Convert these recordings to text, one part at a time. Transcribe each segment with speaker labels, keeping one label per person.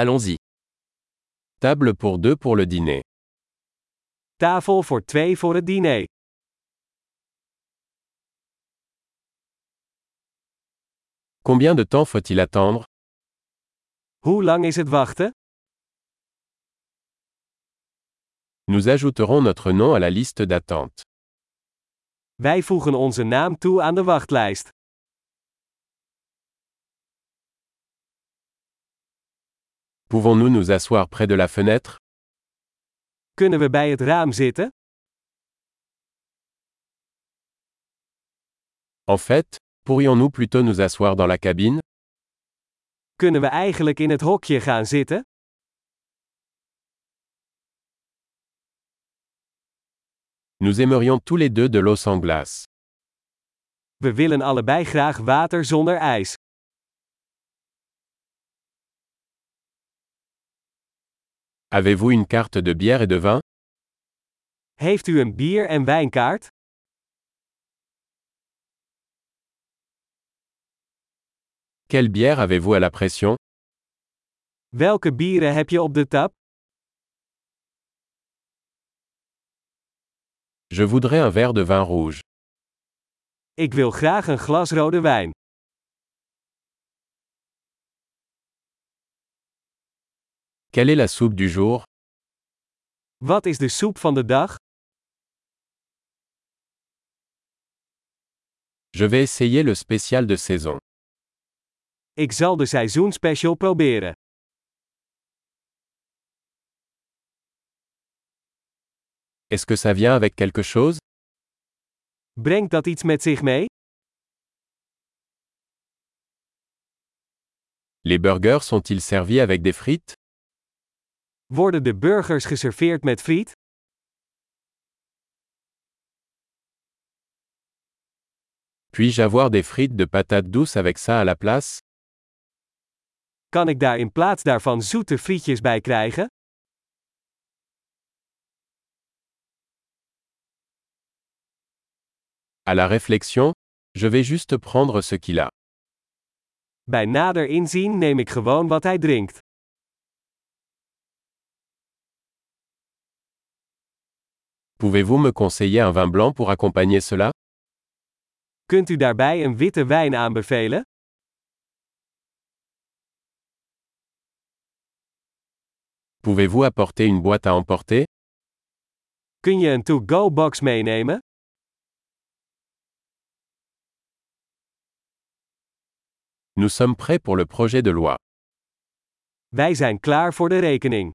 Speaker 1: Allons-y. Table pour deux pour le dîner.
Speaker 2: Tafel voor twee voor het diner.
Speaker 1: Combien de temps faut-il attendre
Speaker 2: Hoe lang is het wachten?
Speaker 1: Nous ajouterons notre nom à la liste d'attente.
Speaker 2: Wij voegen onze naam toe aan de wachtlijst.
Speaker 1: Pouvons-nous nous asseoir près de la fenêtre
Speaker 2: Kunnen we bij het raam zitten?
Speaker 1: En fait, pourrions-nous plutôt nous asseoir dans la cabine
Speaker 2: Kunnen we eigenlijk in het hokje gaan zitten?
Speaker 1: Nous aimerions tous les deux de l'eau sans glace.
Speaker 2: We willen allebei graag water zonder ijs.
Speaker 1: Avez-vous une carte de bière et de vin
Speaker 2: Heeft u een bier- en wijnkaart?
Speaker 1: Quelle bière avez-vous à la pression
Speaker 2: Welke bieren heb je op de tap?
Speaker 1: Je voudrais un verre de vin rouge.
Speaker 2: Ik wil graag een glas rode wijn.
Speaker 1: Quelle est la soupe du jour
Speaker 2: Wat is de soep van de dag?
Speaker 1: Je vais essayer le spécial de saison.
Speaker 2: Ik zal de seizoenspecial proberen.
Speaker 1: Est-ce que ça vient avec quelque chose
Speaker 2: Brengt dat iets met zich mee?
Speaker 1: Les burgers sont-ils servis avec des frites
Speaker 2: Worden de burgers geserveerd met friet?
Speaker 1: Puis-je avoir des frites de patates douces avec ça à la place
Speaker 2: Kan ik daar in plaats daarvan zoete frietjes bij krijgen?
Speaker 1: À la réflexion, je vais juste prendre ce qu'il a.
Speaker 2: Bij nader inzien neem ik gewoon wat hij drinkt.
Speaker 1: Pouvez-vous me conseiller un vin blanc pour accompagner cela
Speaker 2: Kunt u daarbij een witte wijn aanbevelen?
Speaker 1: Pouvez-vous apporter une boîte à emporter
Speaker 2: Kun je een to-go box meenemen?
Speaker 1: Nous sommes prêts pour le projet de loi.
Speaker 2: Wij zijn klaar voor de rekening.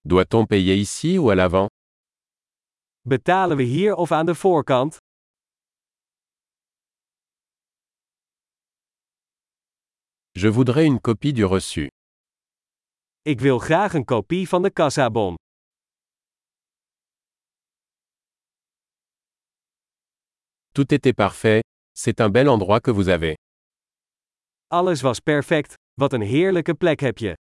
Speaker 1: Doit-on payer ici ou à l'avant
Speaker 2: Betalen we hier of aan de voorkant?
Speaker 1: Je voudrais une copie du reçu.
Speaker 2: Ik wil graag een kopie van de kassabon.
Speaker 1: Tout était parfait, c'est un bel endroit que vous avez.
Speaker 2: Alles was perfect. Wat een heerlijke plek heb je.